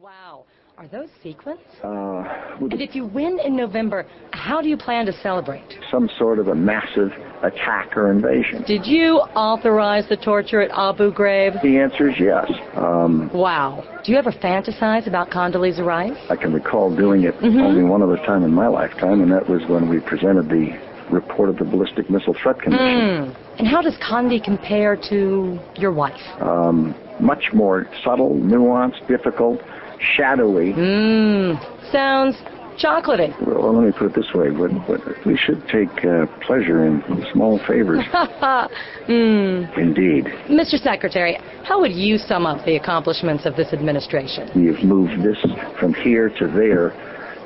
Wow. Are those sequins? uh, with And if you win in November, how do you plan to celebrate? some sort of a massive attack or invasion? Did you authorize the torture at Abu Ghraib? The answer is yes. Um, Wow. Do you ever fantasize about Condoleezza Rice? I can recall doing it only one other time in my lifetime, and that was when we presented the report of the Ballistic Missile Threat Commission. And how does Condi compare to your wife? Um, much more subtle, nuanced, difficult, shadowy. Mm. Mmm. Sounds chocolatey. Well, let me put it this way: what, what, we should take uh, pleasure in small favors. Indeed, Mr. Mmm. Secretary, how would you sum up the accomplishments of this administration? you've moved this from here to there,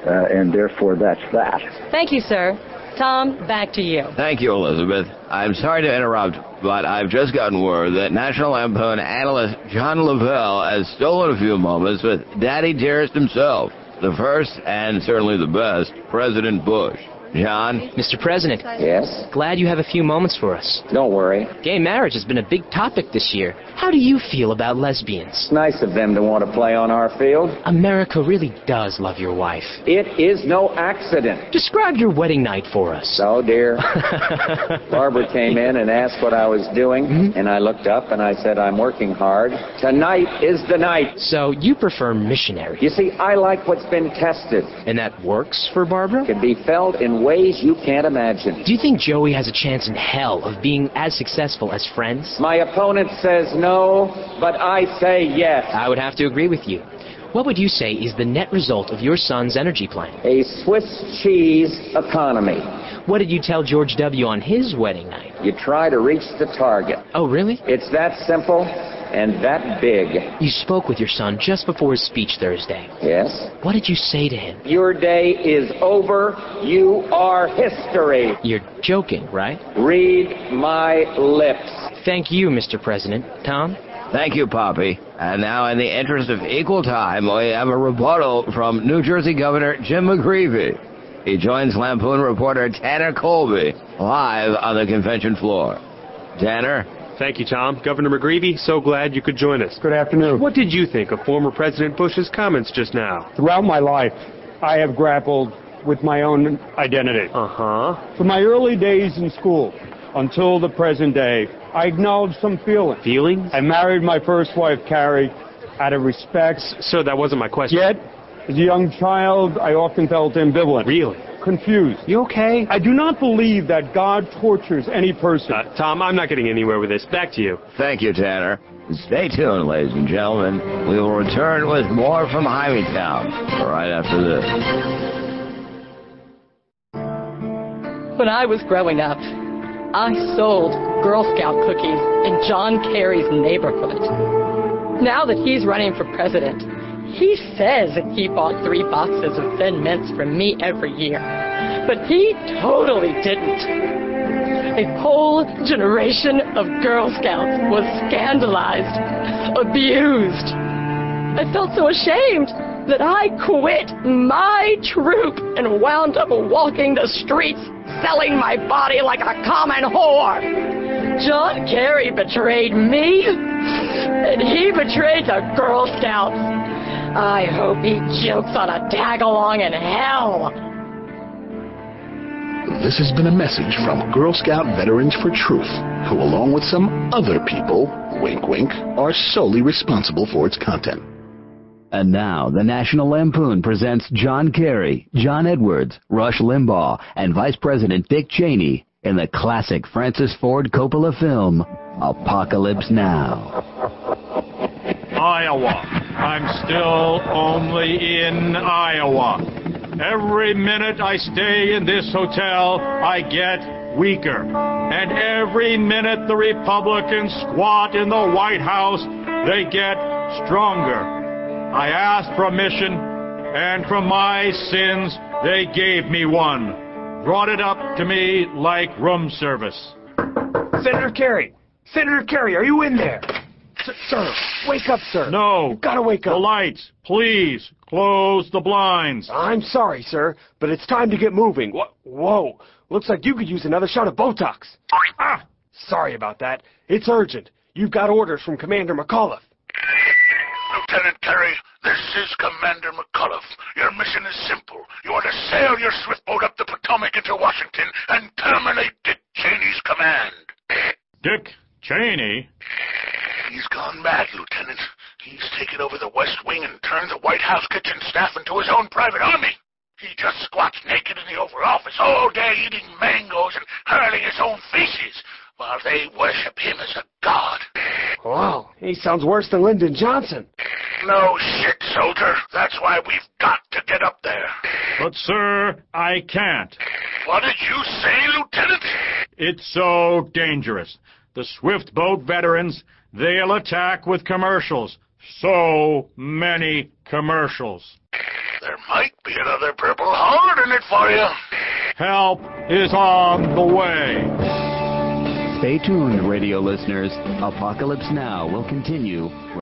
uh, and therefore that's that. Thank you, sir. Tom, back to you. Thank you, Elizabeth. I'm sorry to interrupt, but I've just gotten word that National Lampoon analyst John Lavelle has stolen a few moments with Daddy Dearest himself, the first and certainly the best, President Bush. John, Mr. President, Yes? glad you have a few moments for us. Don't worry. Gay marriage has been a big topic this year. How do you feel about lesbians? It's nice of them to want to play on our field. America really does love your wife. It is no accident. Describe your wedding night for us. So, dear, Barbara came in and asked what I was doing, and I looked up and I said, I'm working hard. Tonight is the night. So you prefer missionary, You see, I like what's been tested. and that works for Barbara? Can be felt in ways you can't imagine. Do you think Joey has a chance in hell of being as successful as friends? My opponent says no, but I say yes. I would have to agree with you. What would you say is the net result of your son's energy plan? A Swiss cheese economy. What did you tell George W. on his wedding night? You try to reach the target. Oh, really? It's that simple and that big. You spoke with your son just before his speech Thursday. Yes? What did you say to him? Your day is over. You are history. You're joking, right? Read my lips. Thank you, Mr. President. Tom? thank you, Poppy. And now, in the interest of equal time, we have a rebuttal from New Jersey Governor Jim McGreevey. He joins Lampoon reporter Tanner Colby live on the convention floor. Tanner, Thank you, Tom. Governor McGreevey, so glad you could join us. Good afternoon. What did you think of former President Bush's comments just now? Throughout my life, I have grappled with my own identity. Uh huh. From my early days in school until the present day, I acknowledge some feelings. Feelings? I married my first wife, Carrie, out of respect. Sir, that wasn't my question. Yet, as a young child, I often felt ambivalent. Really? Confused. You okay? I do not believe that God tortures any person. Uh, Tom, I'm not getting anywhere with this. Back to you. Thank you, Tanner. Stay tuned, ladies and gentlemen. We will return with more from Town right after this. When I was growing up, I sold Girl Scout cookies in John Kerry's neighborhood. Now that he's running for president, he says that he bought three boxes of thin mints from me every year. But he totally didn't. A whole generation of Girl Scouts was scandalized, abused. I felt so ashamed that I quit my troop and wound up walking the streets selling my body like a common whore. John Kerry betrayed me, and he betrayed the Girl Scouts. I hope he jokes on a tag along in hell. This has been a message from Girl Scout Veterans for Truth, who, along with some other people, wink wink, are solely responsible for its content. And now, the National Lampoon presents John Kerry, John Edwards, Rush Limbaugh, and Vice President Dick Cheney in the classic Francis Ford Coppola film, Apocalypse Now. Iowa. I'm still only in Iowa. Every minute I stay in this hotel, I get weaker. And every minute the Republicans squat in the White House, they get stronger. I asked permission, and from my sins, they gave me one. Brought it up to me like room service. Senator Kerry! Senator Kerry, are you in there? S- sir, wake up, sir. No. You gotta wake up. The lights, please. Close the blinds. I'm sorry, sir, but it's time to get moving. Wha- Whoa, looks like you could use another shot of Botox. Ah, sorry about that. It's urgent. You've got orders from Commander McAuliffe. Lieutenant Terry, This is Commander McCullough. Your mission is simple. You are to sail your swift boat up the Potomac into Washington and terminate Dick Cheney's command. Dick Cheney? He's gone mad, Lieutenant. He's taken over the West Wing and turned the White House kitchen staff into his own private army. He just squats naked in the Oval Office all day eating mangoes and hurling his own feces while they worship him as a god. Wow, he sounds worse than Lyndon Johnson. No shit, soldier. That's why we've got to get up there. But, sir, I can't. What did you say, Lieutenant? It's so dangerous. The swift boat veterans, they'll attack with commercials. So many commercials. There might be another purple heart in it for you. Help is on the way. Stay tuned, radio listeners. Apocalypse Now will continue